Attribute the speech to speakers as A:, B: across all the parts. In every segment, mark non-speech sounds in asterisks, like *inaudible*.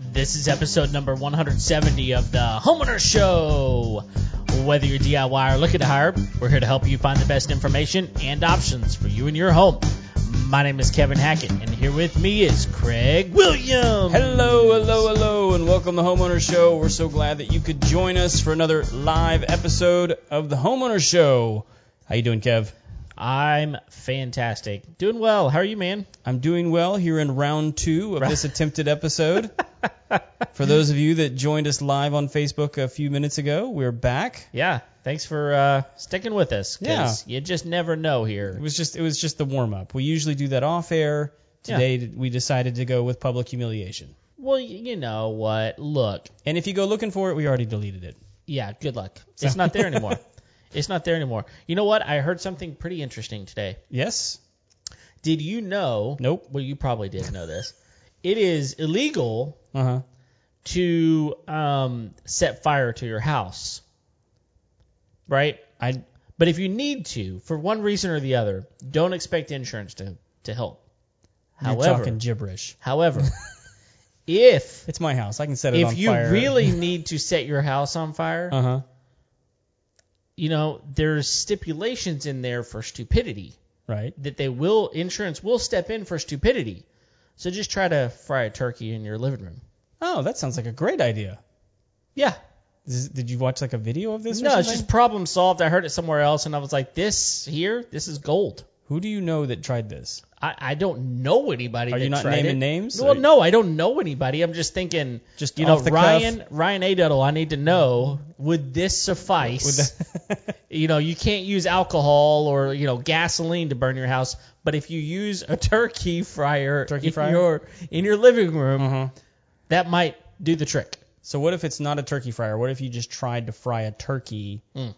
A: This is episode number 170 of the Homeowner Show. Whether you're DIY or looking to hire, we're here to help you find the best information and options for you and your home. My name is Kevin Hackett, and here with me is Craig Williams.
B: Hello, hello, hello, and welcome to Homeowner Show. We're so glad that you could join us for another live episode of the Homeowner Show. How you doing, Kev?
A: I'm fantastic. Doing well. How are you, man?
B: I'm doing well here in round two of this
A: *laughs*
B: attempted episode. for those of you that joined us live on Facebook a few minutes ago, we're back.
A: Yeah. Thanks for uh, sticking with us. 'cause You just never know
B: It
A: here.
B: was just it was just the warm up. We usually do that off air. Today we decided to go with public humiliation.
A: Well, y- you know what? Look.
B: And if you go looking for it, we already deleted it.
A: Yeah, good luck. It's not there anymore. it's not there anymore. You know what? I heard something pretty interesting today.
B: Yes?
A: Did you know?
B: Nope.
A: Well, you probably did know this. It is illegal
B: Uh huh.
A: to um, set fire to your house, right?
B: I
A: But if you need to, for one reason or the other, don't expect insurance to to help.
B: you're
A: However,
B: talking gibberish.
A: however,
B: *laughs*
A: if
B: It's my house. I can set it on
A: if you
B: fire. *laughs*
A: really need to set your house on fire,
B: Uh huh.
A: you know there's stipulations in there for stupidity.
B: Right.
A: that they will insurance will step in for stupidity. So just try to fry a turkey in your living room.
B: Oh, that sounds like a great idea.
A: Yeah.
B: Is- did you watch like a video of this? or
A: No, it's
B: something?
A: just problem solved. I heard it somewhere else and I was like, this here, this is gold.
B: Who do you know that tried this?
A: I, I don't know anybody.
B: Are
A: that
B: you not
A: tried
B: naming
A: it.
B: names?
A: Well,
B: Are-
A: no, I don't know anybody. I'm just thinking,
B: Just
A: you know,
B: off the cuff?
A: Ryan, Ryan Aduddle. I need to know, would this suffice?
B: Would *laughs* that-
A: you know, you can't use alcohol or you know gasoline to burn your house, but if you use a turkey fryer,
B: Turkey
A: in
B: fryer?
A: your in your living room,
B: Uh-huh.
A: that might do the trick
B: So what if it's not a turkey fryer? What if you just tried to fry a turkey Hmm.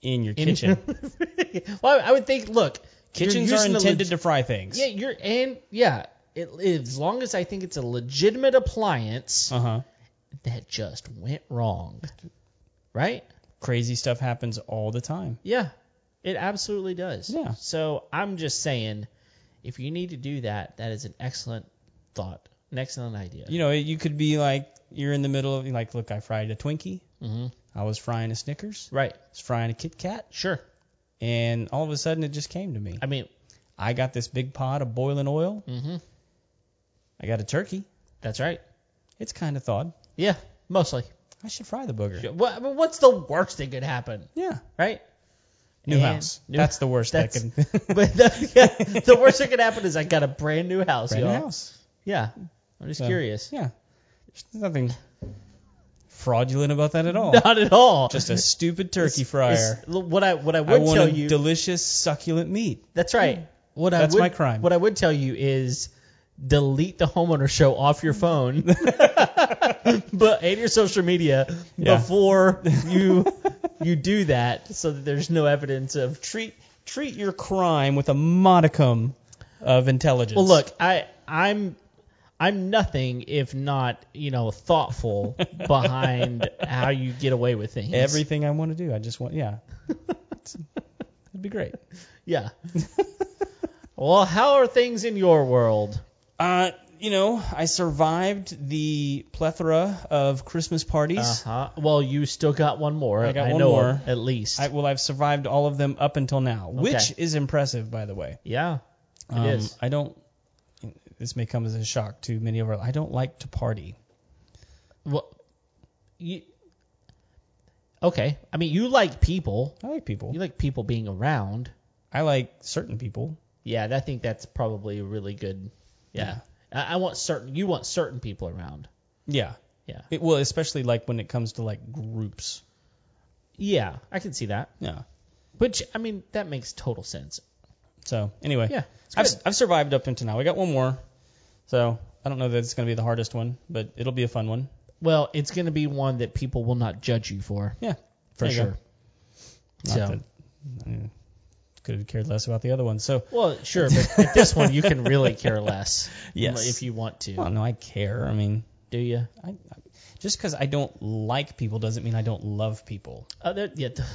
B: in your
A: in
B: *laughs* kitchen?
A: *laughs* well, I would think, look, you're
B: Kitchens are
A: using a
B: intended
A: leg-
B: to fry things.
A: yeah, you're and yeah, it, as long as I think it's a legitimate appliance
B: Uh huh.
A: that just went wrong, right?
B: Crazy stuff happens all the time.
A: Yeah, it absolutely does.
B: Yeah.
A: So I'm just saying, if you need to do that, that is an excellent thought, an excellent idea.
B: You know, you could be like you're in the middle of like, look, I fried a Twinkie.
A: hmm
B: I was frying a Snickers.
A: Right.
B: I was frying a Kit Kat,
A: Sure.
B: and all of a sudden it just came to me.
A: I mean,
B: I got this big pot of boiling oil.
A: hmm
B: I got a turkey.
A: that's right.
B: It's kind of thawed.
A: Yeah, mostly.
B: I should fry the booger.
A: What, I mean, what's the worst that could happen,
B: Yeah.
A: right?
B: New
A: And-
B: house.
A: new-
B: that's the worst that *laughs*
A: that's-
B: can.
A: *laughs* But the, yeah, the *laughs* worst that could happen is I got a brand new house,
B: Brand new
A: y'all.
B: house.
A: Yeah. I'm just
B: So,
A: curious.
B: Yeah. There's nothing fraudulent about that at
A: *laughs*
B: all.
A: Not at all.
B: *laughs* Just a stupid turkey
A: It's-
B: fryer.
A: it's- what I what I
B: I
A: would
B: want
A: tell
B: a
A: you.
B: delicious, succulent meat.
A: That's right. What I
B: That's
A: would,
B: my crime.
A: What I would tell you is delete the homeowner show off your
B: *laughs*
A: phone, *laughs* but and your social media
B: Yeah.
A: before
B: *laughs*
A: you you do that, so that there's no evidence of treat.
B: Treat your crime with a modicum of intelligence.
A: Well, look, I I'm I'm nothing if not you know
B: *laughs*
A: thoughtful behind how you get away with things.
B: Everything I want to do, I just want. *laughs* Yeah. It'd be great.
A: yeah. *laughs* well, how are things in your world?
B: Uh, you know, I survived the plethora of Christmas parties.
A: Uh-huh. Well, you still got one more.
B: I got one
A: know of,
B: more.
A: at least.
B: I, well, I've survived all of them up until now, which
A: Okay.
B: is impressive, by the way.
A: yeah. It
B: Um,
A: is.
B: I don't. This may come as a shock to many of our. I don't like to party.
A: Well, you okay? I mean, you like people.
B: I like people.
A: You like people being around.
B: I like certain people.
A: Yeah, I think that's probably a really good. Yeah, I, I want certain. You want certain people around.
B: Yeah.
A: Yeah,
B: It, well, especially like when it comes to like groups.
A: yeah, I can see that.
B: Yeah.
A: Which I mean, that makes total sense.
B: So anyway,
A: Yeah, it's
B: I've,
A: good.
B: I've survived up until now. I got one more. So I don't know that it's going to be the hardest one, but it'll be a fun one.
A: well, it's going to be one that people will not judge you for,
B: Yeah.
A: for
B: There you go.
A: sure.
B: Not
A: So-
B: that- I could have cared less about the other one. So
A: Well, sure, but at this one you can really care
B: *laughs*
A: less.
B: Yes.
A: if you want to,
B: well, no, I care. I mean,
A: do you?
B: I, I, just because I don't like people doesn't mean I don't love people.
A: Oh, there- yeah, th-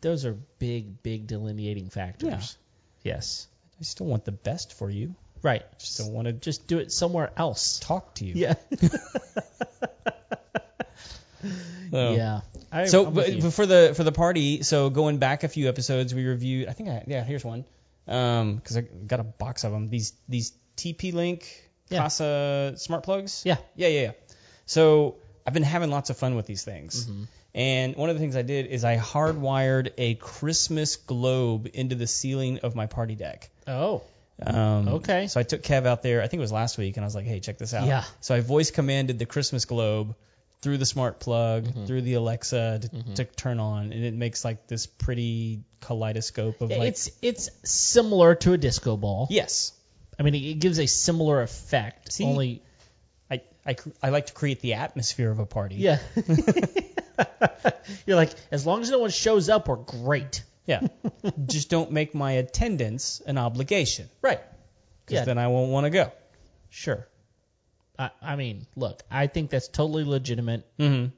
A: those are big, big delineating factors. Yes.
B: I still want the best for you.
A: Right.
B: Just don't want to just
A: Just do it somewhere else.
B: talk to you.
A: Yeah.
B: So-
A: *laughs* Yeah. I,
B: Oh. So
A: I'm with
B: but,
A: you.
B: but for the for the party, so going back a few episodes, we reviewed. I think I yeah, here's one. Um, because I got a box of them. These these TP Link
A: Yeah.
B: Casa smart plugs.
A: Yeah.
B: yeah, yeah, yeah. So I've been having lots of fun with these
A: Mm-hmm.
B: things. And one of the things I did is I hardwired a Christmas globe into the ceiling of my party deck.
A: oh.
B: Um,
A: Okay.
B: So I took Kev out there. I think it was last week, and I was like, "Hey, check this out."
A: Yeah.
B: So I voice commanded the Christmas globe through the smart plug,
A: Mm-hmm.
B: through the Alexa to, to turn on, and it makes like this pretty kaleidoscope of like
A: it's it's similar to a disco ball.
B: yes.
A: I mean, it, it gives a similar effect.
B: See?
A: Only.
B: I, I, cr- I like to create the atmosphere of a party.
A: Yeah. *laughs* You're like, as long as no one shows up, we're great. *laughs*
B: Yeah. Just don't make my attendance an obligation
A: Right.
B: because
A: Yeah.
B: then I won't want to go.
A: sure. I, I mean, look, I think that's totally legitimate.
B: Mm-hmm.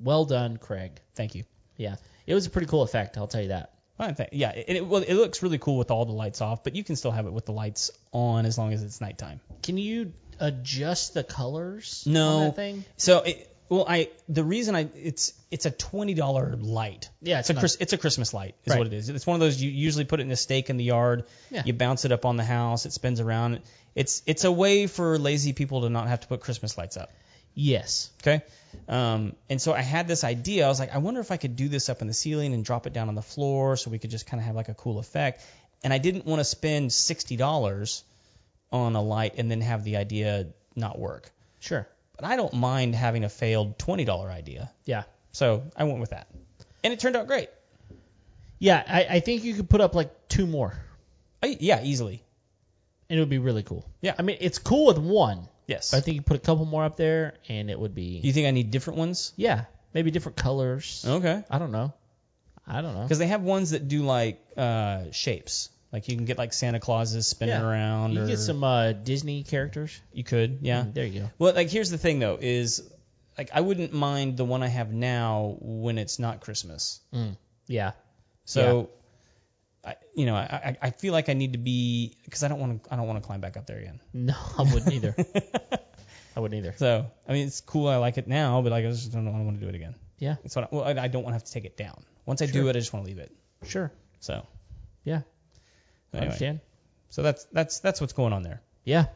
A: Well done, Craig.
B: Thank you.
A: Yeah. It was a pretty cool effect, I'll tell you that.
B: I think, yeah. It, it, well, it looks really cool with all the lights off, but you can still have it with the lights on as long as it's nighttime.
A: Can you adjust the colors
B: No.
A: on that thing?
B: So it, well, I the reason I it's it's a twenty dollar light.
A: Yeah, it's
B: it's, a
A: not-
B: Chris, it's a Christmas light is
A: Right.
B: what it is. It's one of those you usually put it in a stake in the yard.
A: Yeah.
B: You bounce it up on the house. It spins around. It's it's a way for lazy people to not have to put Christmas lights up.
A: Yes.
B: Okay. Um, and so I had this idea. I was like, I wonder if I could do this up in the ceiling and drop it down on the floor so we could just kind of have like a cool effect. And I didn't want to spend sixty dollars on a light and then have the idea not work
A: Sure.
B: but I don't mind having a failed twenty dollar idea.
A: Yeah.
B: So I went with that, and it turned out great.
A: Yeah, I, I think you could put up like two more,
B: I, yeah, easily.
A: and it would be really cool.
B: Yeah.
A: I mean, it's cool with one.
B: Yes.
A: But I think you put a couple more up there, and it would be.
B: Do you think I need different ones?
A: Yeah, maybe different colors.
B: Okay.
A: I don't know. I don't know.
B: Oh. Because they have ones that do like uh, shapes. Like you can get like Santa Clauses spinning
A: Yeah.
B: around.
A: You
B: or
A: can get some Mm-hmm. uh, Disney characters. Mm,
B: You could. Yeah.
A: There you go.
B: Well, like here's the thing though is like I wouldn't mind the one I have now when it's not Christmas.
A: Mm. Yeah. *laughs*
B: So. I, you know, I, I I feel like I need to be because I don't want to I don't want to climb back up there again.
A: No, I wouldn't
B: *laughs*
A: either. I wouldn't either.
B: So I mean, it's cool. I like it now, but like I just don't, I don't want to do it again.
A: Yeah.
B: It's what I, well, I I don't want to have to take it down. Once I do
A: Sure.
B: it, I just want to leave it.
A: Sure.
B: So
A: Yeah. I
B: anyway,
A: Understand?
B: so that's that's that's what's going on there.
A: Yeah.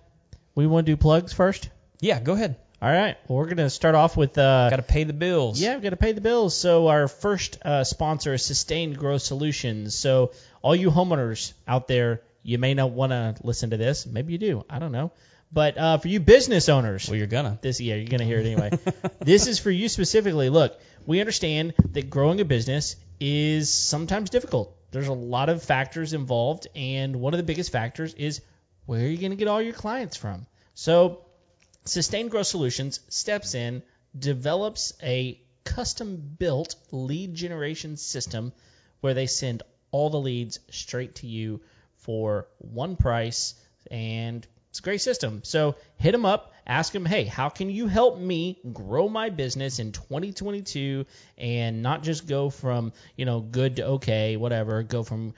A: We want to do plugs first.
B: Yeah, go ahead.
A: All right. Well, we're gonna start off with uh,
B: Got to pay the bills.
A: Yeah, we've got to pay the bills. So our first uh, sponsor is Sustained Growth Solutions. So all you homeowners out there, you may not want to listen to this. Maybe you do. I don't know. But uh, for you business owners,
B: Well, you're gonna.
A: this yeah, you're gonna hear it anyway. this is for you specifically. Look, we understand that growing a business is sometimes difficult. There's a lot of factors involved, and one of the biggest factors is where are you gonna get all your clients from? So Sustained Growth Solutions steps in, develops a custom built lead generation system where they send all the leads straight to you for one price, and it's a great system. So hit them up, ask them, hey, how can you help me grow my business in 2022 and not just go from, you know, good to okay, whatever, go from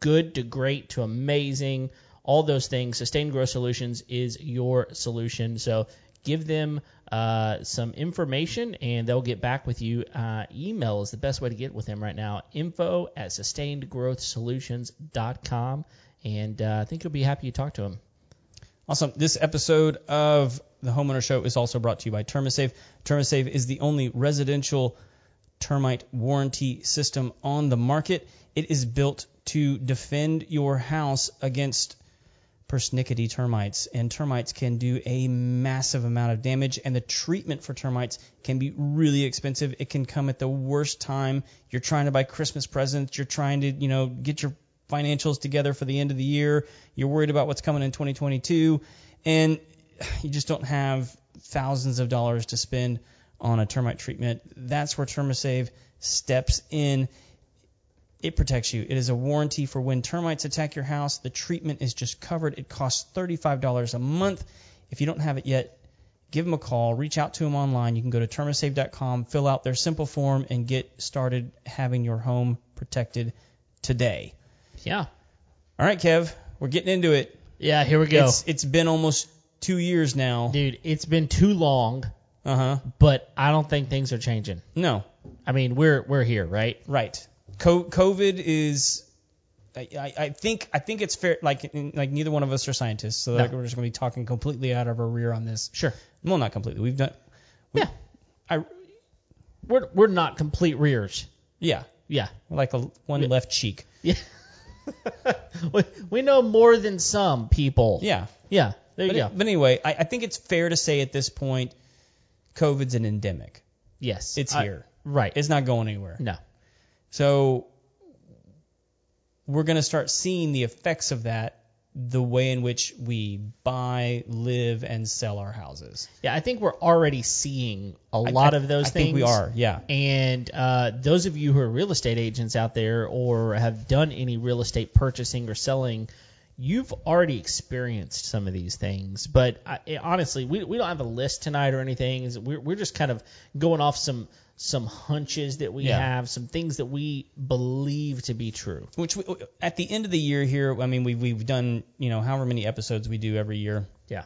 A: good to great to amazing, all those things. Sustained Growth Solutions is your solution. So give them uh, some information and they'll get back with you. Uh, email is the best way to get with them right now. Info at sustainedgrowthsolutions.com. And uh, I think you'll be happy you talked to them.
B: Awesome. This episode of the Homeowner Show is also brought to you by TermaSafe. TermaSafe is the only residential termite warranty system on the market. It is built to defend your house against persnickety termites, and termites can do a massive amount of damage. And the treatment for termites can be really expensive. It can come at the worst time. You're trying to buy Christmas presents. You're trying to, you know, get your financials together for the end of the year. You're worried about what's coming in 2022, and you just don't have thousands of dollars to spend on a termite treatment. That's where TermaSave steps in it protects you. It is a warranty for when termites attack your house. The treatment is just covered. It costs $35 a month. If you don't have it yet, give them a call. Reach out to them online. You can go to termasave.com, fill out their simple form, and get started having your home protected today.
A: Yeah.
B: All right, Kev, we're getting into it.
A: Yeah, here we go.
B: It's it's been almost two years now.
A: Dude, it's been too long,
B: Uh huh.
A: but I don't think things are changing.
B: No,
A: I mean, we're we're here, right?
B: right. Co- COVID is. I, I- I think I think it's fair. Like like neither one of us are scientists, so
A: No.
B: like, we're just gonna be talking completely out of our rear on this.
A: Sure.
B: Well, not completely. We've done.
A: Yeah.
B: I
A: We're we're not complete rears.
B: yeah.
A: Yeah.
B: Like a one left cheek.
A: Yeah. *laughs* we, we know more than some people.
B: Yeah.
A: Yeah. There you
B: But,
A: go.
B: but anyway, I, I think it's fair to say at this point, COVID's an endemic.
A: yes.
B: It's
A: I-
B: here.
A: Right.
B: It's not going anywhere.
A: no.
B: So we're going to start seeing the effects of that the way in which we buy, live, and sell our houses.
A: Yeah, I think we're already seeing a lot
B: I-
A: of those
B: I
A: things.
B: think we are, yeah.
A: And uh, those of you who are real estate agents out there or have done any real estate purchasing or selling, you've already experienced some of these things. But I, it- honestly, we, we don't have a list tonight or anything. It's- We're, we're just kind of going off some some hunches that we
B: Yeah.
A: have, some things that we believe to be true.
B: Which we, at the end of the year here, I mean, we've, we've done, you know, however many episodes we do every year,
A: Yeah.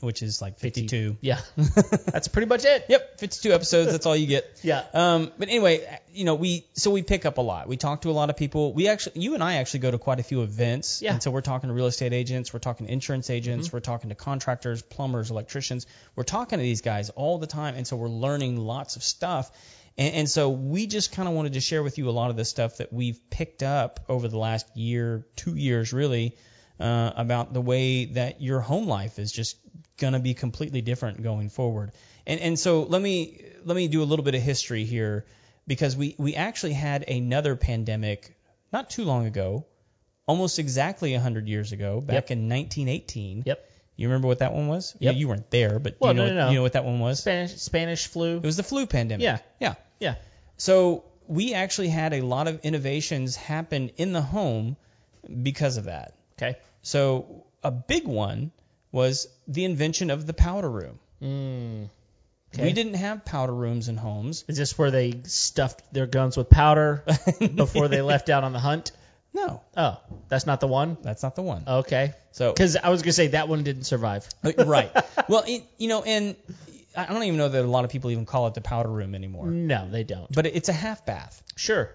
B: which is like 52.
A: Yeah. *laughs* That's pretty much it.
B: *laughs* Yep, 52 episodes. That's all you get.
A: Yeah.
B: Um, but anyway, you know, we so we pick up a lot. We talk to a lot of people. We actually, you and I actually go to quite a few events.
A: Yeah.
B: And so we're talking to real estate agents. We're talking to insurance agents. We're talking to contractors, plumbers, electricians. We're talking to these guys all the time, and so we're learning lots of stuff. And, and so we just kind of wanted to share with you a lot of the stuff that we've picked up over the last year, two years really, uh, about the way that your home life is just going to be completely different going forward. And and so let me let me do a little bit of history here because we we actually had another pandemic not too long ago, almost exactly 100 years ago,
A: Yep.
B: back in 1918.
A: Yep.
B: You remember what that one was?
A: Yep.
B: Yeah, you weren't there, but
A: Well,
B: you, know
A: no,
B: what,
A: no, no.
B: you know what that one was?
A: Spanish Spanish flu.
B: It was the flu pandemic.
A: Yeah.
B: Yeah.
A: Yeah.
B: So we actually had a lot of innovations happen in the home because of that.
A: Okay.
B: So a big one was the invention of the powder room.
A: Mm. Okay.
B: We didn't have powder rooms in homes.
A: Is this where they stuffed their guns with
B: *laughs*
A: powder before they left out on the hunt?
B: No,
A: Oh, that's not the one.
B: that's not the one.
A: Okay,
B: so *laughs* uh,
A: because I was gonna say that one didn't survive.
B: right. Well, it, you know, and I I don't even know that a lot of people even call it the powder room anymore.
A: No, they don't.
B: But it's a half bath.
A: Sure.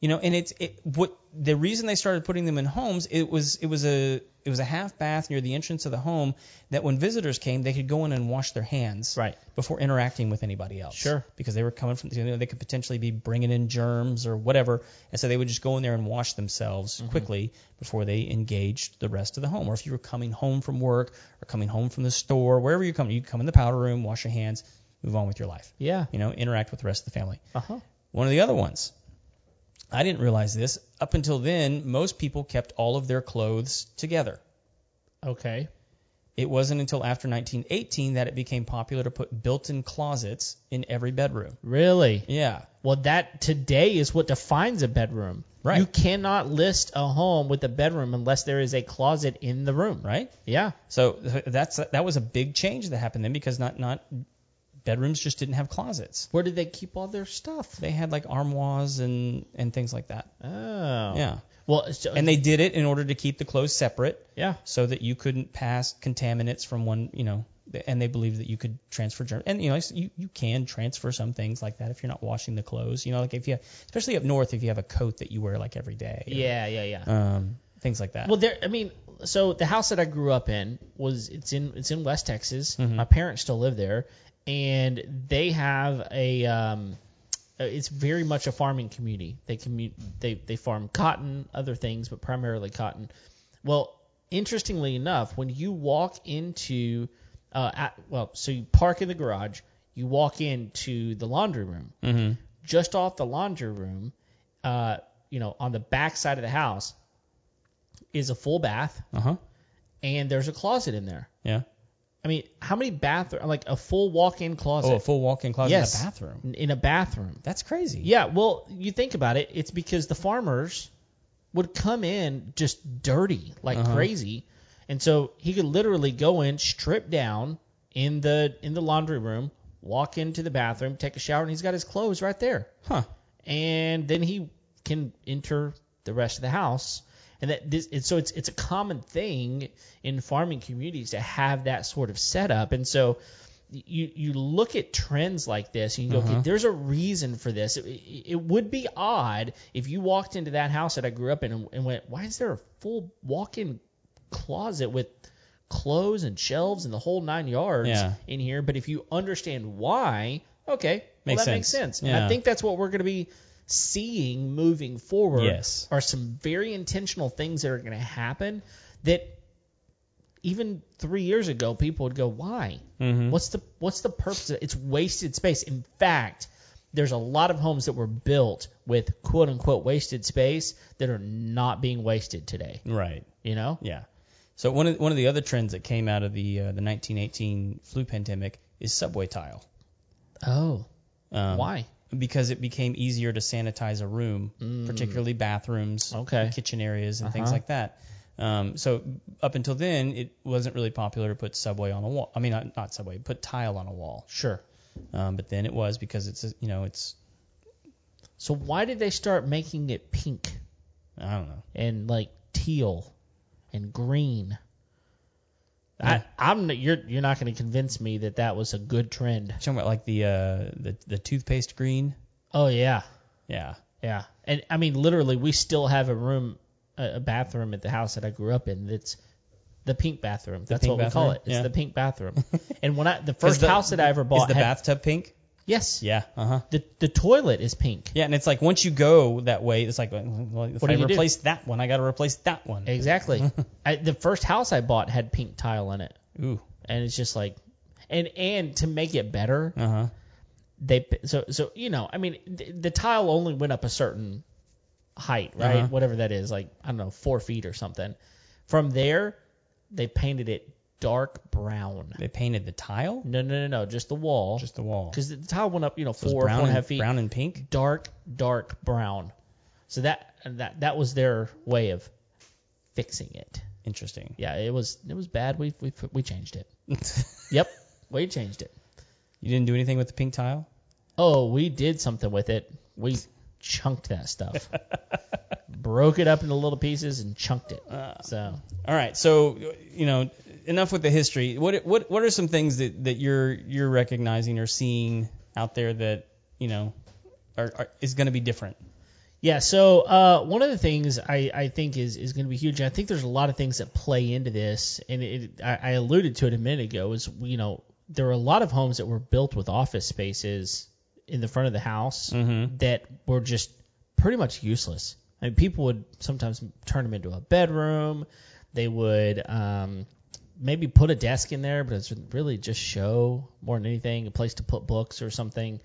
B: You know, and it's it, what the reason they started putting them in homes. It was it was a it was a half bath near the entrance of the home that when visitors came, they could go in and wash their hands
A: Right.
B: before interacting with anybody else.
A: Sure.
B: because they were coming from you know they could potentially be bringing in germs or whatever, and so they would just go in there and wash themselves
A: Mm-hmm.
B: quickly before they engaged the rest of the home. Or if you were coming home from work or coming home from the store, wherever you come, you come in the powder room, wash your hands, move on with your life.
A: Yeah.
B: You know, interact with the rest of the family.
A: Uh huh.
B: One of the other ones. I didn't realize this. Up until then, most people kept all of their clothes together.
A: Okay.
B: It wasn't until after 1918 that it became popular to put built in closets in every bedroom.
A: Really?
B: Yeah.
A: Well, that today is what defines a bedroom.
B: Right.
A: You cannot list a home with a bedroom unless there is a closet in the room.
B: Right?
A: Yeah.
B: So that's that was a big change that happened then because not not bedrooms just didn't have closets.
A: Where do they keep all their stuff?
B: They had like armoires and and things like that.
A: Oh.
B: Yeah.
A: Well, so,
B: And they did it in order to keep the clothes separate
A: yeah.
B: so that you couldn't pass contaminants from one, you know, and they believed that you could transfer germs. And you know, you, you can transfer some things like that if you're not washing the clothes. You know, like if you, especially up north, if you have a coat that you wear like every day. or,
A: Yeah. Yeah. Yeah.
B: Um, things like that.
A: Well, there. I mean, so the house that I grew up in was it's in it's in West Texas. My parents still live there, and they have a. Um, uh, it's very much a farming community. They commu- they they farm cotton, other things, but primarily cotton. Well, interestingly enough, when you walk into, uh, at, well, so you park in the garage, you walk into the laundry room. Mm-hmm. Just off the laundry room, uh, you know, on the back side of the house, is a full bath
B: uh huh.
A: and there's a closet in there.
B: Yeah.
A: I mean, how many bathroom like a full walk-in closet
B: Oh, a full walk-in closet
A: Yes.
B: in a bathroom.
A: in- in a bathroom?
B: That's crazy.
A: Yeah, well, you think about it, it's because the farmers would come in just dirty like
B: Uh-huh.
A: crazy. And so he could literally go in, strip down in the in the laundry room, walk into the bathroom, take a shower, and he's got his clothes right there.
B: Huh.
A: and then he can enter the rest of the house. and that this and so it's it's a common thing in farming communities to have that sort of setup, and so you you look at trends like this and you go,
B: Uh-huh.
A: okay, there's a reason for this. It, it would be odd if you walked into that house that I grew up in and, and went, why is there a full walk-in closet with clothes and shelves and the whole nine yards
B: Yeah.
A: in here? But if you understand why, okay, well,
B: Makes
A: that makes
B: sense.
A: sense. And
B: Yeah.
A: I think that's what we're going to be seeing moving forward.
B: Yes.
A: are some very intentional things that are going to happen that even three years ago, people would go, "Why?
B: Mm-hmm.
A: What's the what's the purpose? Of it? It's wasted space." In fact, there's a lot of homes that were built with "quote unquote" wasted space that are not being wasted today.
B: Right.
A: You know?
B: Yeah. So one of one of the other trends that came out of the uh, the 1918 flu pandemic is subway tile.
A: Oh,
B: Um,
A: why?
B: Because it became easier to sanitize a room, particularly bathrooms,
A: Mm. Okay.
B: and kitchen areas, and things
A: Uh-huh.
B: like that. Um, so up until then, it wasn't really popular to put subway on a wall. I mean, not, not subway, put tile on a wall.
A: Sure.
B: Um, but then it was because it's you know it's
A: So why did they start making it pink
B: I don't know.
A: and like teal and green?
B: Yeah.
A: I, I'm you're you're not going to convince me that that was a good trend.
B: You're talking about like the uh, the the toothpaste green.
A: Oh yeah,
B: Yeah.
A: Yeah, and I mean literally, we still have a room, a a bathroom at the house that I grew up in. That's the pink bathroom. That's
B: pink
A: what we call
B: bathroom?
A: it. It's
B: Yeah.
A: the pink bathroom. *laughs* and when I the first
B: the-
A: house that I ever
B: Is
A: bought
B: the
A: had-
B: bathtub pink?
A: yes,
B: Yeah. Uh huh.
A: the the toilet is pink.
B: Yeah, and it's like once you go that way, it's like well, if
A: What
B: I
A: do you do?
B: replace that one, I got to replace that one.
A: *laughs* Exactly. I, the first house I bought had pink tile in it,
B: Ooh.
A: and it's just like, and and to make it better,
B: Uh huh.
A: they so so you know I mean the, the tile only went up a certain height right
B: Uh-huh.
A: whatever that is like I don't know four feet or something from there they painted it dark brown
B: They painted the tile,
A: no no no no just the wall
B: just the wall.
A: because the tile went up you know
B: It was
A: four
B: brown
A: four and a
B: and-
A: half feet
B: brown and pink.
A: dark dark brown so that that that was their way of fixing it
B: Interesting. *laughs*
A: yeah it was it was bad we we we changed it yep we changed it
B: You didn't do anything with the pink tile.
A: Oh, we did something with it. We chunked that stuff. Broke it up into little pieces and chunked it. So
B: All right, so you know, enough with the history. What what what are some things that, that you're you're recognizing or seeing out there that you know are, are is going to be different?
A: yeah, so uh, one of the things I, I think is, is going to be huge. And I think there's a lot of things that play into this, and it, I, I alluded to it a minute ago. Is you know there are a lot of homes that were built with office spaces in the front of the house that were just pretty much useless. I mean, people would sometimes turn them into a bedroom. They would um, maybe put a desk in there, but it's really just show more than anything, a place to put books or something.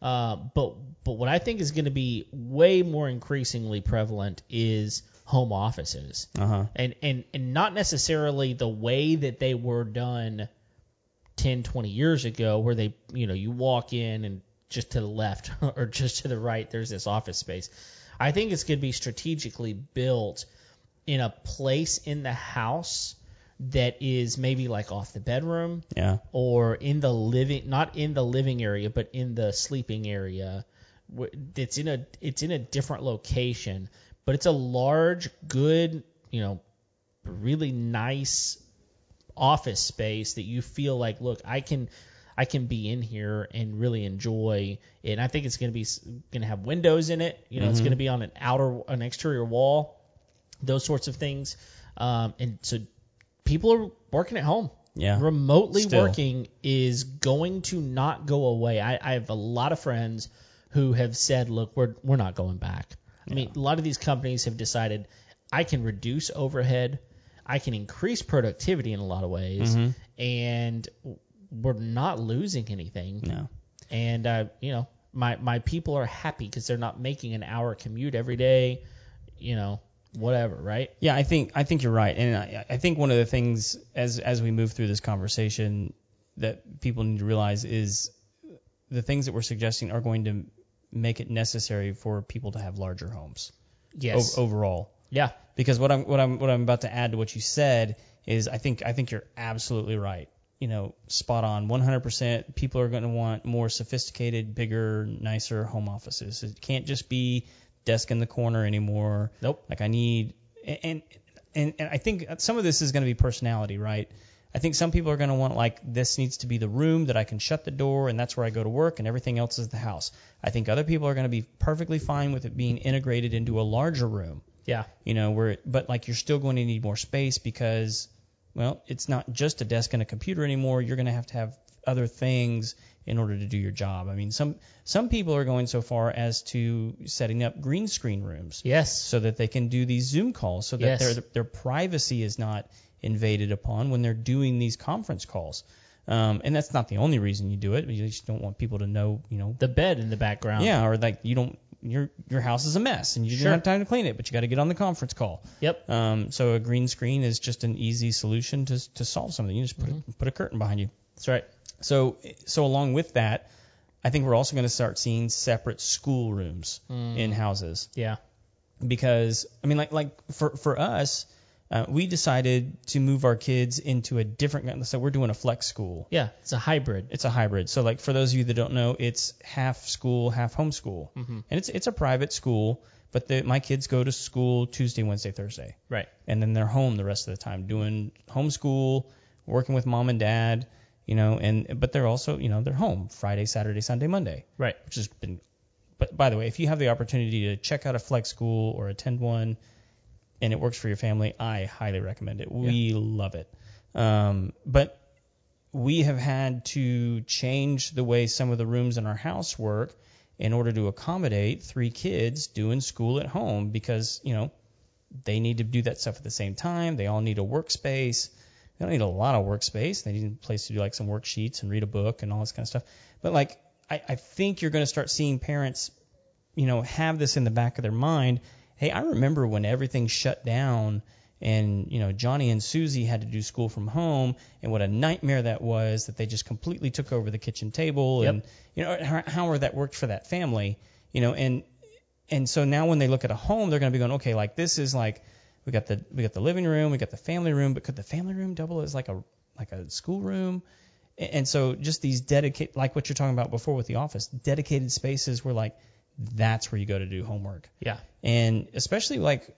A: Uh, but but what I think is going to be way more increasingly prevalent is home offices,
B: Uh-huh.
A: and and and not necessarily the way that they were done 10, 20 years ago, where they you know you walk in and just to the left *laughs* or just to the right, there's this office space. I think it's going to be strategically built in a place in the house that is maybe like off the bedroom
B: Yeah.
A: or in the living not in the living area but in the sleeping area wh- it's in a it's in a different location but it's a large good you know really nice office space that you feel like look I can I can be in here and really enjoy it and I think it's going to be s- going to have windows in it you know it's going to be on an outer an exterior wall those sorts of things um, and so people are working at home
B: Yeah.
A: remotely
B: Still.
A: working is going to not go away. I, I have a lot of friends who have said, "Look, we're we're not going back." I mean, a lot of these companies have decided I can reduce overhead, I can increase productivity in a lot of ways,
B: Mm-hmm.
A: and we're not losing anything.
B: No.
A: And uh, you know, my my people are happy because they're not making an hour commute every day. You know, whatever, right?
B: Yeah, I think I think you're right, and I, I think one of the things as as we move through this conversation that people need to realize is the things that we're suggesting are going to make it necessary for people to have larger homes
A: Yes.
B: ov- overall.
A: Yeah.
B: Because what I'm what I'm what I'm about to add to what you said is I think I think you're absolutely right. You know, spot on, 100%. People are going to want more sophisticated, bigger, nicer home offices. It can't just be desk in the corner anymore.
A: Nope.
B: Like I need and and, and I think some of this is going to be personality, right? I think some people are going to want like this needs to be the room that I can shut the door and that's where I go to work and everything else is the house. I think other people are going to be perfectly fine with it being integrated into a larger room,
A: Yeah.
B: you know, where but like you're still going to need more space because well, it's not just a desk and a computer anymore. You're going to have to have other things in order to do your job. I mean, some some people are going so far as to setting up green screen rooms
A: Yes.
B: so that they can do these Zoom calls, so that
A: Yes.
B: their their privacy is not invaded upon when they're doing these conference calls. Um, and that's not the only reason you do it. You just don't want people to know, you know.
A: the bed in the background.
B: Yeah, or like you don't your your house is a mess and you
A: Sure.
B: don't have time to clean it, but you got to get on the conference call.
A: Yep.
B: Um, so a green screen is just an easy solution to to solve something. You just put a, put a curtain behind you.
A: That's right.
B: So so along with that, I think we're also going to start seeing separate school rooms
A: Mm-hmm.
B: in houses
A: Mm. Yeah.
B: because I mean, like like for for us, uh, we decided to move our kids into a different. So we're doing a flex school.
A: Yeah. It's a hybrid.
B: It's a hybrid. So like for those of you that don't know, it's half school, half homeschool, mm-hmm. and it's it's a private school. But the, my kids go to school Tuesday, Wednesday, Thursday,
A: Right.
B: and then they're home the rest of the time doing homeschool, working with mom and dad, you know. And but they're also you know they're home Friday, Saturday, Sunday, Monday
A: Right.
B: which has been. But by the way, if you have the opportunity to check out a flex school or attend one, and it works for your family, I highly recommend it. We love it. Um, but we have had to change the way some of the rooms in our house work in order to accommodate three kids doing school at home because you know they need to do that stuff at the same time. They all need a workspace. They don't need a lot of workspace. They need a place to do like some worksheets and read a book and all this kind of stuff. But like, I, I think you're going to start seeing parents, you know, have this in the back of their mind. Hey, I remember when everything shut down and, you know, Johnny and Susie had to do school from home and what a nightmare that was that they just completely took over the kitchen table
A: Yep.
B: and, you know, how, how that worked for that family, you know, and, and so now when they look at a home, they're going to be going, okay, like this is like we got the we got the living room, we got the family room, but could the family room double as like a like a school room? A- And so just these dedicate like what you're talking about before with the office, dedicated spaces where like that's where you go to do homework.
A: Yeah.
B: And especially like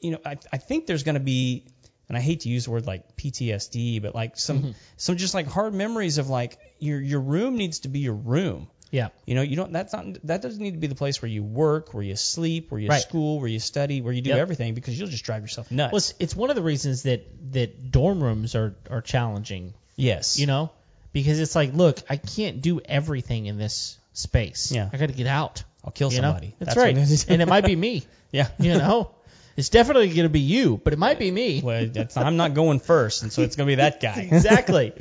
B: you know, I I think there's going to be and I hate to use the word like PTSD, but like some some just like hard memories of like your your room needs to be your room.
A: Yeah.
B: You know, you don't. That's not. That doesn't need to be the place where you work, where you sleep, where you
A: Right.
B: school, where you study, where you do
A: Yep.
B: everything, because you'll just drive yourself nuts.
A: Well, it's, it's one of the reasons that that dorm rooms are are challenging.
B: yes.
A: You know, because it's like, look, I can't do everything in this space.
B: Yeah.
A: I got to get out.
B: I'll kill
A: you know?
B: somebody.
A: That's,
B: what
A: right.
B: it is.
A: and it might be me.
B: *laughs* yeah.
A: You
B: *laughs*
A: know, it's definitely going to be you, but it might be me.
B: Well, that's, I'm not going first, and so it's gonna be that guy.
A: *laughs* exactly.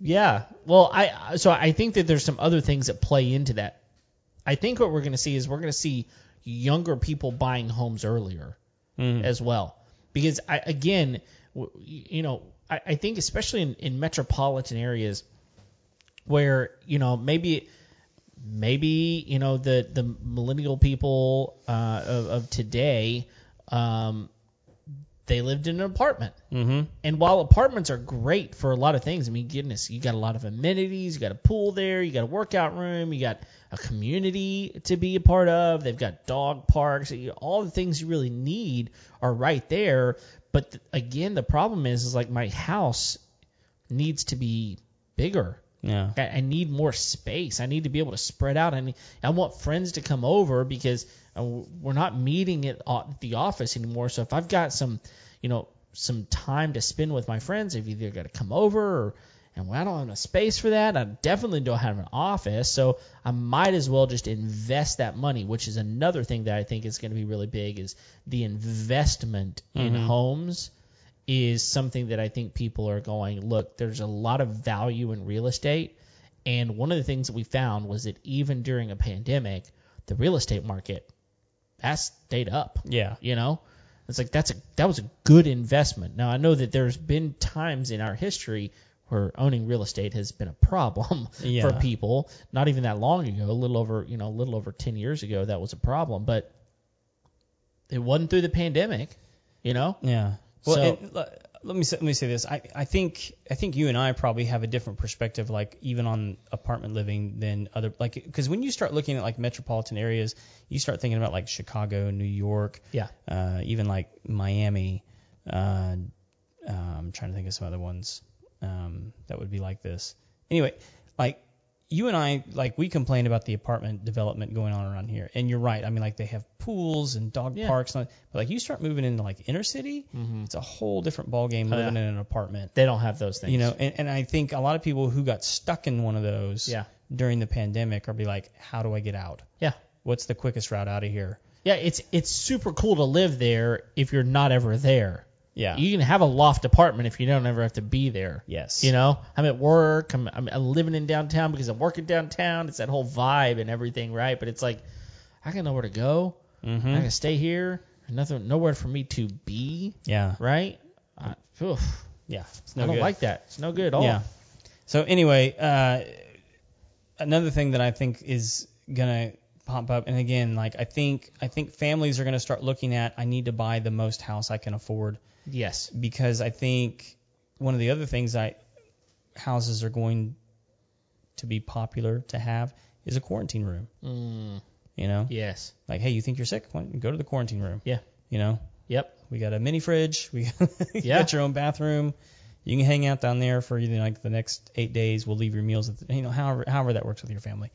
A: Yeah. Well, I so I think that there's some other things that play into that. I think what we're going to see is we're going to see younger people buying homes earlier as well, because I again, w- you know, I, I think especially in, in metropolitan areas where you know maybe maybe you know the the millennial people uh, of, of today um, they lived in an apartment mm-hmm. and while apartments are great for a lot of things i mean goodness you got a lot of amenities you got a pool there you got a workout room you got a community to be a part of they've got dog parks you- all the things you really need are right there but th- again the problem is is like my house needs to be bigger
B: yeah.
A: I, I need more space. I need to be able to spread out. I need, I want friends to come over because uh, we're not meeting at o- the office anymore. So if I've got some, you know, some time to spend with my friends, I've either got to come over or, and when I don't have enough space for that, I definitely don't have an office. So I might as well just invest that money, which is another thing that I think is going to be really big is the investment in homes is something that I think people are going, look, there's a lot of value in real estate. And one of the things that we found was that even during a pandemic, the real estate market that stayed up.
B: Yeah.
A: You know? It's like that's a that was a good investment. Now I know that there's been times in our history where owning real estate has been a problem *laughs*
B: Yeah.
A: for people. Not even that long ago, a little over you know, a little over ten years ago that was a problem. But it wasn't through the pandemic, you know?
B: Yeah. Well,
A: So-
B: and, uh, let me say, let me say this. I, I think I think you and I probably have a different perspective, like even on apartment living than other like because when you start looking at like metropolitan areas, you start thinking about like Chicago, New York,
A: Yeah.
B: uh, even like Miami. Uh, um, I'm trying to think of some other ones um, that would be like this. Anyway, like you and I, like we complain about the apartment development going on around here, and you're right. I mean, like they have pools and dog
A: Yeah.
B: parks, and, but like you start moving into like inner city, it's a whole different ballgame
A: Oh,
B: living
A: yeah.
B: in an apartment.
A: They don't have those things.
B: You know, and, and I think a lot of people who got stuck in one of those
A: Yeah.
B: during the pandemic are be like, how do I get out?
A: Yeah.
B: What's the quickest route out of here?
A: Yeah, it's it's super cool to live there if you're not ever there.
B: Yeah.
A: You can have a loft apartment if you don't ever have to be there.
B: yes.
A: You know, I'm at work. I'm, I'm I'm living in downtown because I'm working downtown. It's that whole vibe and everything, right? But it's like I got nowhere to go.
B: Mm-hmm.
A: I can stay here. Nothing, nowhere for me to be,
B: yeah.
A: right? I, oof,
B: Yeah. It's
A: I don't
B: good.
A: like that. It's no good at all.
B: Yeah. So anyway, uh, another thing that I think is gonna pop up, and again, like I think I think families are gonna start looking at I need to buy the most house I can afford
A: Yes.
B: because I think one of the other things I houses are going to be popular to have is a quarantine room.
A: Mm,
B: You know,
A: yes.
B: like hey, you think you're sick? Why don't you Go to the quarantine room.
A: Yeah.
B: You know,
A: Yep.
B: we got a mini fridge. We *laughs* got, you
A: Yeah.
B: got your own bathroom. You can hang out down there for you know, like the next eight days. We'll leave your meals at the, you know however however that works with your family.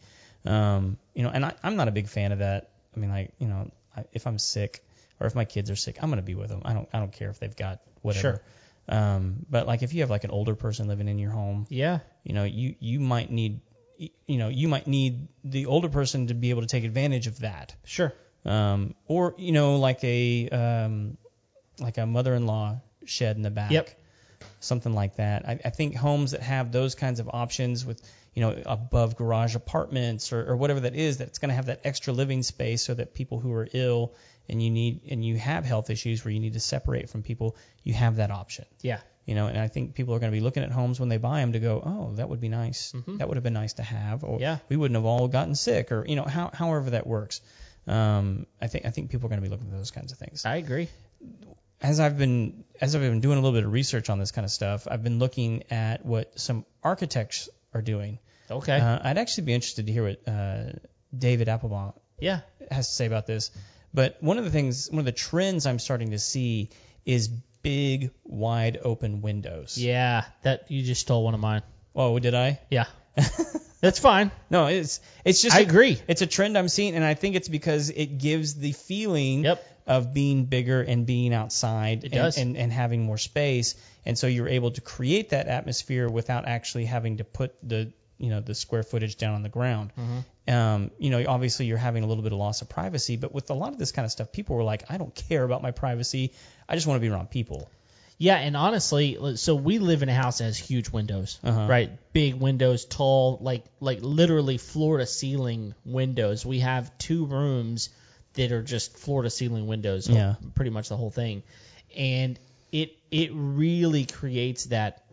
B: Um, you know, and I, I'm not a big fan of that. I mean, like you know, I, if I'm sick or if my kids are sick, I'm gonna be with them. I don't I don't care if they've got whatever. Um, but like if you have like an older person living in your home,
A: Yeah.
B: you know, you you might need you know you might need the older person to be able to take advantage of that
A: Sure.
B: um, or you know like a um, like a mother-in-law shed in the back
A: Yep.
B: something like that I, I think homes that have those kinds of options with you know above garage apartments or, or whatever that is that's going to have that extra living space so that people who are ill and you need and you have health issues where you need to separate from people you have that option
A: Yeah.
B: you know and i think people are going to be looking at homes when they buy them to go oh that would be nice
A: Mhm.
B: that would have been nice to have or
A: Yeah.
B: we wouldn't have all gotten sick or you know how, however that works um, i think i think people are going to be looking at those kinds of things
A: I agree.
B: as i've been as i've been doing a little bit of research on this kind of stuff i've been looking at what some architects are doing
A: Okay.
B: uh, i'd actually be interested to hear what uh, david applebaum
A: yeah.
B: has to say about this. But one of the things, one of the trends I'm starting to see is big, wide open windows.
A: Yeah. That you just stole one of mine.
B: Oh, did I? *laughs*
A: Yeah. That's fine.
B: No, it's it's just
A: I
B: a-
A: agree.
B: it's a trend I'm seeing, and I think it's because it gives the feeling
A: Yep.
B: of being bigger and being outside and,
A: does.
B: And, and having more space, and so you're able to create that atmosphere without actually having to put the you know the square footage down on the ground. Um, you know, obviously you're having a little bit of loss of privacy, but with a lot of this kind of stuff, people were like, I don't care about my privacy. I just want to be around people.
A: Yeah, and honestly, li- so we live in a house that has huge windows,
B: Uh-huh.
A: right? Big windows, tall, like like literally floor to ceiling windows. We have two rooms that are just floor to ceiling windows, so
B: Yeah.
A: pretty much the whole thing, and it it really creates that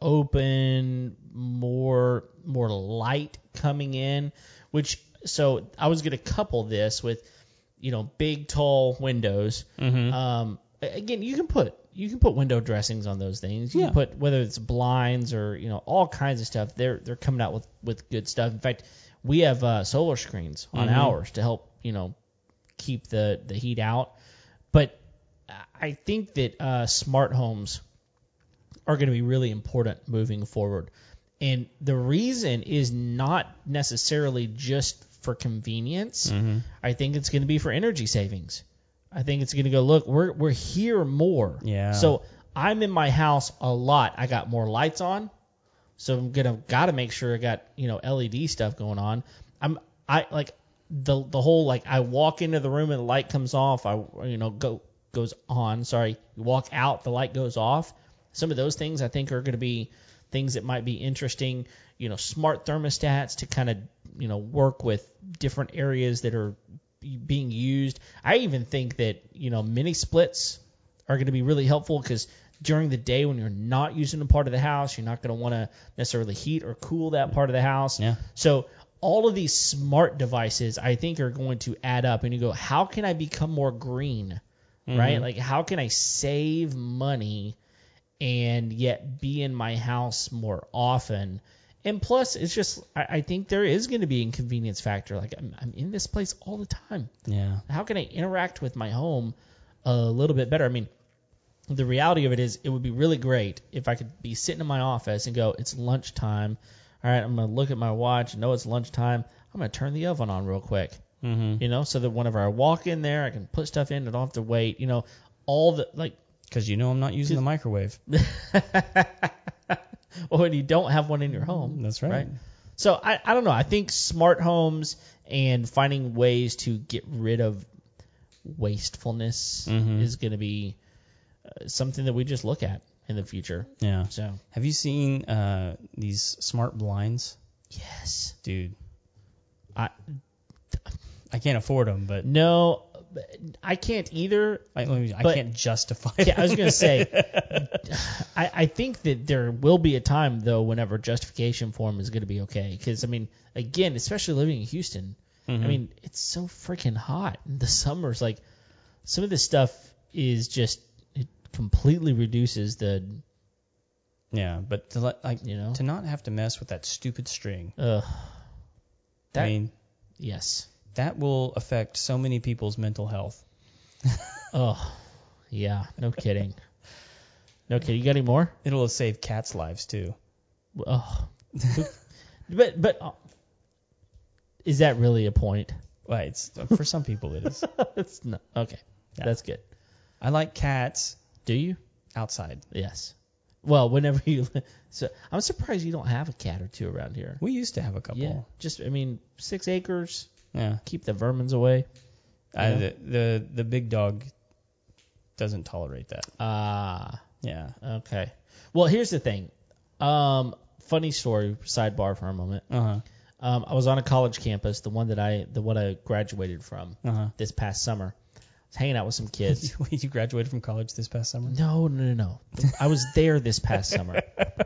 A: open, more more light coming in, which so I was gonna couple this with, you know, big tall windows.
B: Mm-hmm.
A: Um, a- again, you can put you can put window dressings on those things. You
B: Yeah.
A: can put whether it's blinds or you know all kinds of stuff. They're they're coming out with with good stuff. In fact, we have uh, solar screens on
B: Mhm.
A: ours to help you know keep the the heat out. But I think that uh, smart homes are going to be really important moving forward. And the reason is not necessarily just for
B: Mm-hmm.
A: convenience. I think it's going to be for energy savings. I think it's going to go look, we're we're here more.
B: Yeah.
A: So I'm in my house a lot. I got more lights on. So I'm going to got to make sure I got, you know, LED stuff going on. I'm I like the the whole like I walk into the room and the light comes off. I you know go goes on. Sorry, you walk out, the light goes off. Some of those things I think are going to be things that might be interesting. You know, smart thermostats to kind of you know work with different areas that are be- being used. I even think that you know mini splits are going to be really helpful because during the day when you're not using a part of the house, you're not going to want to necessarily heat or cool that part of the house.
B: Yeah.
A: So all of these smart devices, I think, are going to add up, and you go, how can I become more green, right? Like how can I save money and yet be in my house more often. And plus, it's just I, I think there is going to be inconvenience factor. Like I'm, I'm in this place all the time.
B: Yeah.
A: How can I interact with my home a little bit better? I mean, the reality of it is, it would be really great if I could be sitting in my office and go, "It's lunchtime. All right, I'm gonna look at my watch. Know it's lunchtime. I'm gonna turn the oven on real quick.
B: Mm-hmm.
A: You know, so that whenever I walk in there, I can put stuff in. I don't have to wait. You know, all the like *laughs*
B: Because you know I'm not using the microwave.
A: well, when you don't have one in your home.
B: That's right.
A: So I, I don't know. I think smart homes and finding ways to get rid of wastefulness
B: Mhm.
A: is going to be uh, something that we just look at in the future.
B: Yeah.
A: So
B: Have you seen uh, these smart blinds,
A: yes,
B: dude?
A: I
B: I can't afford them, but
A: no, I can't either.
B: I, let me- I
A: But-
B: can't justify.
A: Yeah, I was
B: them.
A: gonna say, I, I think that there will be a time though whenever justification form is gonna be okay. Because I mean, again, especially living in Houston, I
B: Mm. Mm-hmm.
A: mean, it's so freaking hot in the summers. Like, some of this stuff is just it completely reduces the
B: yeah, but to let like
A: you know.
B: to not have to mess with that stupid string.
A: Ugh. That
B: I mean,
A: yes.
B: that will affect so many people's mental health.
A: Oh, yeah. No kidding. no kidding. You got any more?
B: It'll save cats' lives too.
A: Oh. but but uh, is that really a point?
B: Well, it's for some people
A: *laughs*
B: it is.
A: That's not okay.
B: Yeah.
A: That's good.
B: I like cats
A: Do you?
B: outside.
A: Yes. Well, whenever you, *laughs* so I'm surprised you don't have a cat or two around here.
B: We used to have a couple.
A: Yeah. Just I mean, six acres.
B: yeah.
A: Keep the vermin's away.
B: I,
A: Yeah.
B: the, the the big dog doesn't tolerate that.
A: Ah.
B: Yeah.
A: Okay. Well, here's the thing. Um, funny story. Sidebar for a moment.
B: Uh huh.
A: Um, I was on a college campus, the one that I, the one I graduated from
B: Uh huh.
A: this past summer. I was hanging out with some
B: *laughs*
A: kids.
B: you graduated from college this past summer.
A: no, no, no, no. I was there this past
B: *laughs*
A: summer,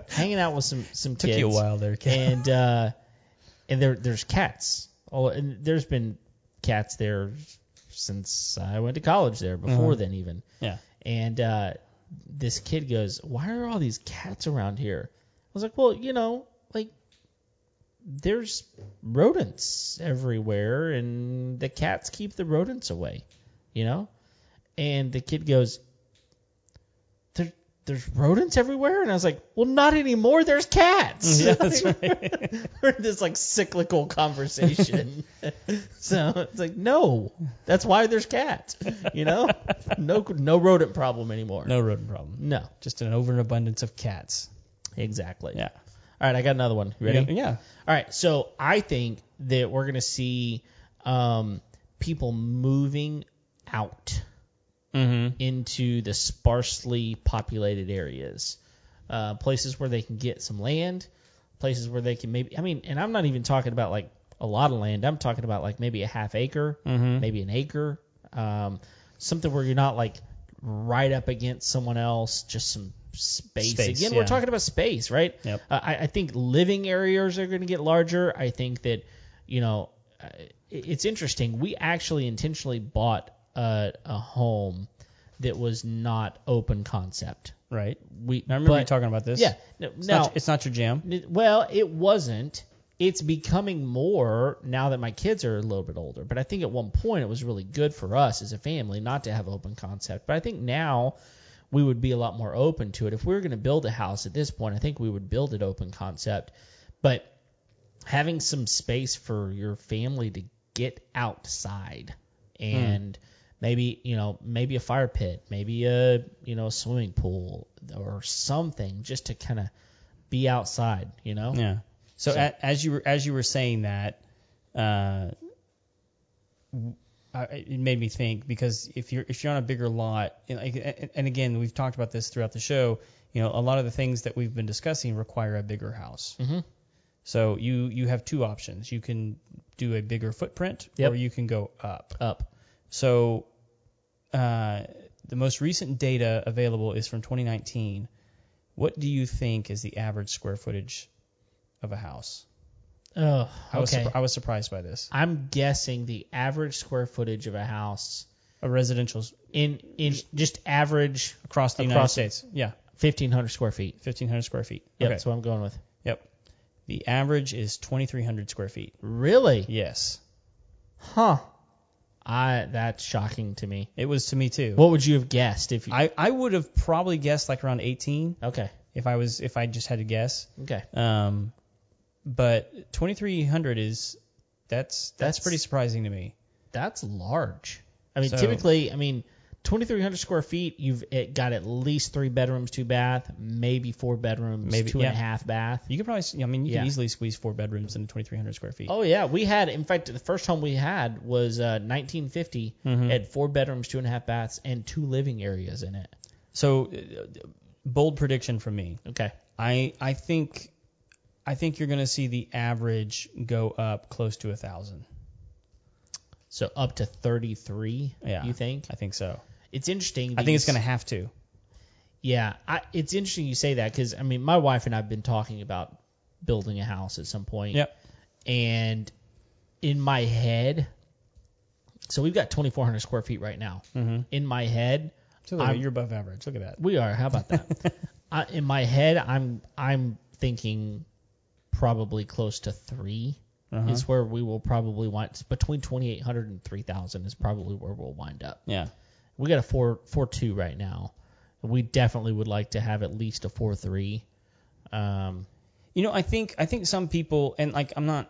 A: hanging out with some some
B: Took
A: kids.
B: you a while there, kid.
A: and uh, and there there's cats. Oh, and there's been cats there since I went to college there before
B: Uh-huh.
A: then even.
B: yeah.
A: And uh, this kid goes, "Why are all these cats around here?" I was like, "Well, you know, like there's rodents everywhere, and the cats keep the rodents away, you know." And the kid goes, there, "There's rodents everywhere," and I was like, "Well, not anymore. There's cats."
B: *laughs*
A: *laughs*
B: Yeah, that's
A: We're in this like cyclical conversation. *laughs* so it's like, no, that's why there's cats. You know, no no rodent problem anymore.
B: No rodent problem.
A: No,
B: Just an overabundance of cats.
A: exactly.
B: Yeah.
A: All right, I got another one. You ready?
B: Yeah.
A: All right, so I think that we're gonna see um, people moving out
B: Mm-hmm.
A: into the sparsely populated areas, uh, places where they can get some land, places where they can maybe. I mean, and I'm not even talking about like a lot of land. I'm talking about like maybe a half acre,
B: Mhm.
A: maybe an acre, um, something where you're not like right up against someone else. Just some space.
B: Space,
A: Again, we're
B: yeah.
A: talking about space, right?
B: Yep.
A: Uh, I, I think living areas are going to get larger. I think that, you know, uh, it- it's interesting. We actually intentionally bought a, a home that was not open concept.
B: Right.
A: We
B: I remember
A: but-
B: you talking about this.
A: Yeah. No,
B: It's,
A: now,
B: not, it's not your jam.
A: n- well, it wasn't. It's becoming more now that my kids are a little bit older. But I think at one point it was really good for us as a family not to have open concept. But I think now we would be a lot more open to it. If we were going to build a house at this point, I think we would build it open concept. But having some space for your family to get outside and
B: Hmm.
A: maybe you know maybe a fire pit maybe a you know swimming pool or something just to kind of be outside you know
B: Yeah. So,
A: So-
B: a, as you were as you were saying that, uh, w- I- it made me think because if you're if you're on a bigger lot, and, like- and and again we've talked about this throughout the show, you know a lot of the things that we've been discussing require a bigger house.
A: mm-hmm.
B: So you you have two options. You can do a bigger footprint,
A: Yep.
B: or you can go up.
A: up
B: So uh, the most recent data available is from 2019. What do you think is the average square footage of a house?
A: oh
B: I was
A: okay
B: surpri- I was surprised by this.
A: i'm guessing the average square footage of a house
B: A residential s-
A: in in just average
B: across the
A: Across-
B: United States. Yeah.
A: 1,500 square feet.
B: 1,500 square feet.
A: Yep,
B: Okay.
A: that's what I'm going with.
B: Yep. The average is 2,300 square feet.
A: Really?
B: Yes.
A: Huh. I that's shocking to me.
B: It was to me too.
A: What would you have guessed if you?
B: I, I would have probably guessed like around 18
A: okay.
B: if I was if I just had to guess.
A: Okay.
B: Um, but 2,300 is that's, that's
A: That's-
B: pretty surprising to me.
A: That's large. I mean,
B: So-
A: typically, I mean, 2,300 square feet, you've it got at least three bedrooms, two bath, maybe four bedrooms,
B: Maybe-
A: two and a
B: yeah.
A: half bath.
B: You could probably s- I mean you
A: Yeah.
B: could easily squeeze four bedrooms into 2,300 square feet.
A: Oh yeah, we had. In fact, the first home we had was uh, 1950.
B: Mm-hmm.
A: Had four bedrooms, two and a half baths, and two living areas in it.
B: So uh, bold prediction from me.
A: Okay.
B: I I think I think you're going to see the average go up close to a thousand.
A: So up to 33.
B: Yeah.
A: You think?
B: I think so.
A: It's interesting.
B: I think it's
A: because-
B: going to have to.
A: Yeah, I, it's interesting you say that because I mean, my wife and I've been talking about building a house at some point.
B: Yep.
A: And in my head, so we've got 2,400 square feet right now. Mm-hmm. In my head,
B: So look,
A: I'm-
B: you're above average. Look at that.
A: we are. How about that? I, in my head, I'm I'm thinking probably close to 3
B: Uh-huh.
A: is where we will probably want between 2,800 and 3,000 is probably where we'll wind up.
B: Yeah.
A: We got a four four two right now. We definitely would like to have at least a four three. Um,
B: You know, I think I think some people and like I'm not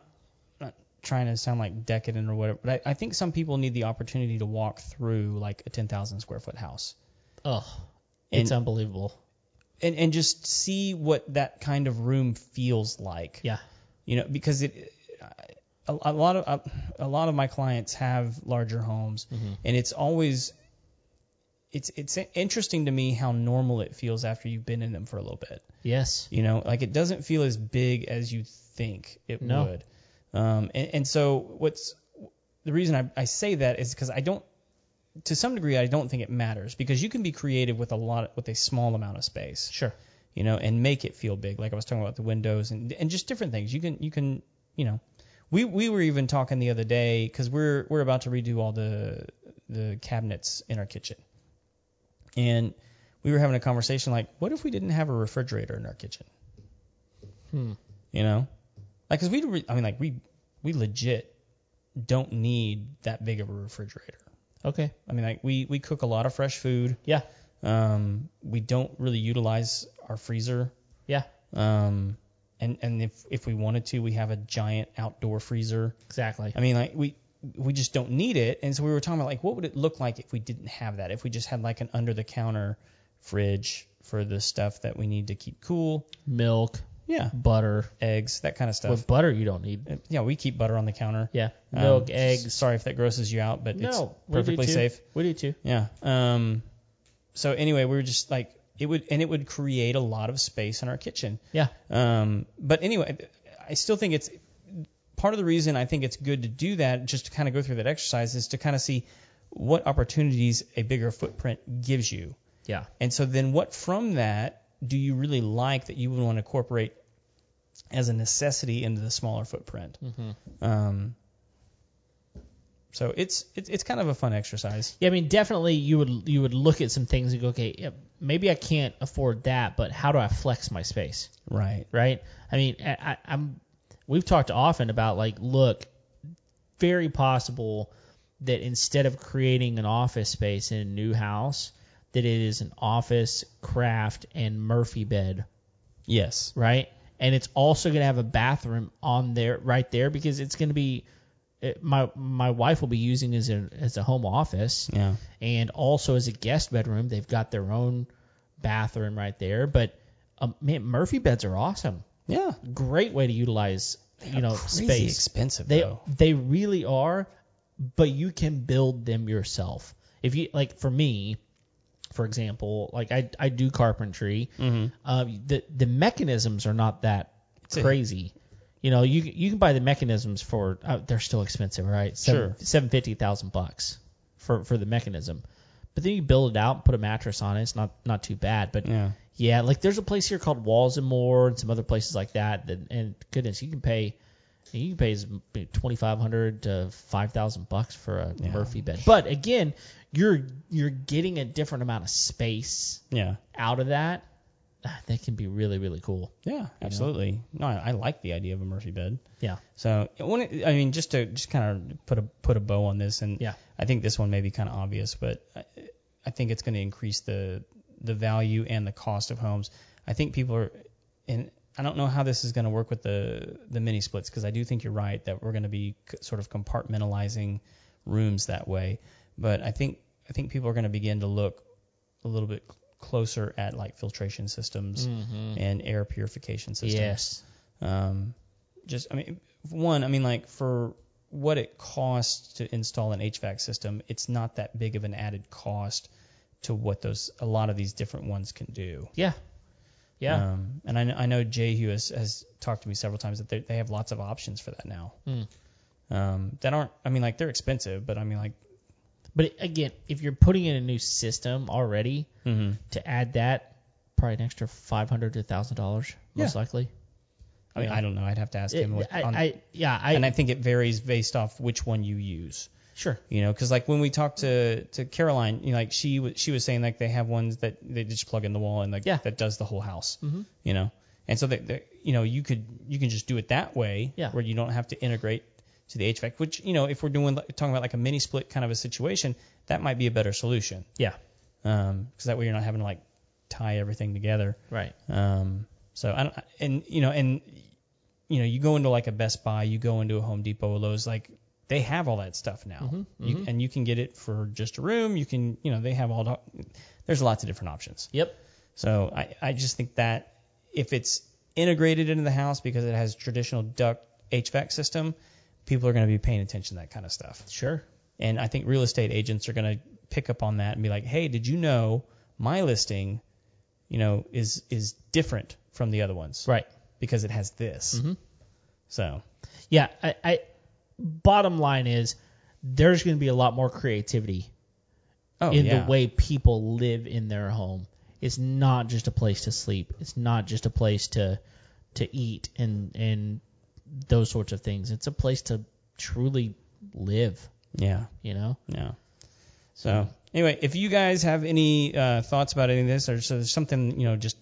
B: not trying to sound like decadent or whatever, but I, I think some people need the opportunity to walk through like a 10,000 square foot house
A: oh,
B: And-
A: it's unbelievable.
B: and and just see what that kind of room feels like.
A: Yeah,
B: you know because it a, a lot of a, lot of my clients have larger homes and it's always it's it's interesting to me how normal it feels after you've been in them for a little bit
A: yes,
B: you know like it doesn't feel as big as you think it
A: No.
B: would um and, and so what's the reason I, I say that is because i don't to some degree i don't think it matters because you can be creative with a lot with a small amount of space
A: sure.
B: you know, and make it feel big. Like I was talking about the windows and and just different things. You can you can you know, we we were even talking the other day because we're we're about to redo all the the cabinets in our kitchen, and we were having a conversation like, what if we didn't have a refrigerator in our kitchen?
A: Hmm.
B: You know, like because we re- I mean like we we legit don't need that big of a refrigerator.
A: Okay.
B: I mean like we we cook a lot of fresh food.
A: Yeah,
B: Um, we don't really utilize our freezer
A: yeah,
B: um, and and if if we wanted to, we have a giant outdoor freezer.
A: exactly.
B: I mean, like we we just don't need it. And so we were talking about like what would it look like if we didn't have that? If we just had like an under the counter fridge for the stuff that we need to keep cool.
A: Milk,
B: Yeah,
A: butter.
B: eggs, that kind of stuff.
A: With butter, you don't need.
B: Uh, yeah, we keep butter on the counter.
A: Yeah,
B: Um,
A: milk,
B: s-
A: eggs.
B: Sorry if that grosses you out, but it's
A: No, we do
B: perfectly
A: too.
B: safe.
A: We do too.
B: Yeah. Um. So anyway, we were just like it would, and it would create a lot of space in our kitchen.
A: Yeah,
B: Um, but anyway, I still think it's part of the reason I think it's good to do that, just to kind of go through that exercise, is to kind of see what opportunities a bigger footprint gives you.
A: yeah,
B: And so then what from that do you really like that you would want to incorporate as a necessity into the smaller footprint? Um, so it's, it's it's kind of a fun exercise.
A: yeah. I mean, definitely, you would you would look at some things and go, okay, yeah, maybe I can't afford that, but how do I flex my space?
B: Right.
A: right? I mean, I, I, I'm we've talked often about like, look, very possible that instead of creating an office space in a new house, that it is an office craft and Murphy bed,
B: Yes.
A: right? And it's also going to have a bathroom on there, right there, because it's going to be it, my my wife will be using as a as a home office
B: Yeah.
A: and also as a guest bedroom. They've got their own bathroom right there, but um, man, Murphy beds are awesome
B: Yeah.
A: great way to utilize you know
B: Crazy
A: space.
B: expensive
A: They
B: though.
A: they really are, but you can build them yourself. If you like, for me, for example, like I I do carpentry.
B: Mm.
A: Um, the the mechanisms are not that
B: a-
A: crazy. You know, you you can buy the mechanisms for uh, they're still expensive, right?
B: Sure.
A: Seven fifty thousand bucks for for the mechanism, but then you build it out and put a mattress on it. It's not not too bad, but
B: Yeah.
A: yeah, like there's a place here called Walls and More and some other places like that. That and goodness, you can pay, you can pay twenty five hundred to five thousand bucks for a Murphy bed. But again, you're you're getting a different amount of space
B: Yeah.
A: out of that they can be really really cool.
B: Yeah, absolutely. No, I, I like the idea of a Murphy bed.
A: Yeah.
B: So when it, I mean, just to just kind of put a put a bow on this, and
A: Yeah.
B: I think this one may be kind of obvious, but I, I think it's going to increase the the value and the cost of homes. I think people are, and I don't know how this is going to work with the the mini splits because I do think you're right that we're going to be c- sort of compartmentalizing rooms that way. But I think I think people are going to begin to look a little bit closer at like filtration systems
A: Mm-hmm.
B: and air purification systems
A: Yes.
B: um, just I mean one I mean like for what it costs to install an HVAC system, it's not that big of an added cost to what those a lot of these different ones can do.
A: Yeah. Yeah.
B: Um, and I, kn- I know Jay Hugh has, has talked to me several times that they they have lots of options for that now.
A: Mm.
B: Um, that aren't I mean like they're expensive, but I mean like
A: But again, if you're putting in a new system already, to add that, probably an extra five hundred to thousand dollars, most likely.
B: I mean
A: Yeah.
B: I don't know. I'd have to ask him. What,
A: I,
B: on,
A: I, yeah, I,
B: and I think it varies based off which one you use.
A: sure.
B: you know because like when we talked to to caroline you know, like she was she was saying like they have ones that they just plug in the wall and like
A: Yeah.
B: that does the whole house
A: Mhm.
B: you know and so that that- you know you could you can just do it that way
A: Yeah.
B: where you don't have to integrate to the hvac which you know if we're doing like, talking about like a mini split kind of a situation that might be a better solution
A: Yeah.
B: because that way you're not having to like tie everything together
A: Right.
B: um, so I don't, and you know, and you know, you go into like a Best Buy, you go into a Home Depot, a Lowe's, like they have all that stuff now,
A: Mhm,
B: You,
A: mhm.
B: and you can get it for just a room. You can, you know, they have all. The, there's lots of different options.
A: Yep.
B: So I, I just think that if it's integrated into the house because it has traditional duct HVAC system, people are going to be paying attention to that kind of stuff.
A: Sure.
B: And I think real estate agents are going to pick up on that and be like, "Hey, did you know my listing, you know, is is different from the other ones
A: Right.
B: because it has this."
A: Mhm.
B: So,
A: Yeah. I, I. Bottom line is, there's going to be a lot more creativity
B: oh
A: in
B: yeah.
A: the way people live in their home. It's not just a place to sleep. It's not just a place to to eat and and those sorts of things. It's a place to truly live.
B: yeah,
A: You know.
B: yeah. So anyway, if you guys have any uh, thoughts about any of this, or so there's something you know just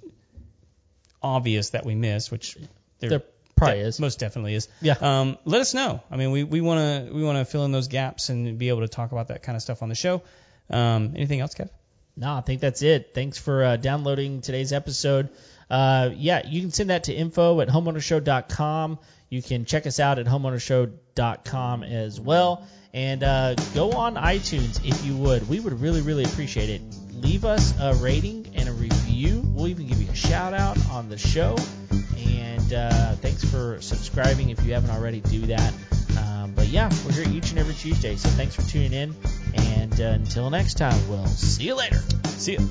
B: obvious that we missed, which there,
A: There probably
B: de-
A: is.
B: most definitely is.
A: Yeah.
B: Um, let us know. I mean, we we want to we want to fill in those gaps and be able to talk about that kind of stuff on the show. Um, anything else, Kev?
A: No, I think that's it. Thanks for uh, downloading today's episode. Uh, yeah, you can send that to info at homeownershow.com. You can check us out at homeownershow.com as well. And uh, go on iTunes if you would. We would really, really appreciate it. Leave us a rating and a review. We'll even give you a shout out on the show. And uh, thanks for subscribing if you haven't already. Do that. Um, but yeah, we're here each and every Tuesday. So thanks for tuning in. And uh, until next time, we'll see you later.
B: See you.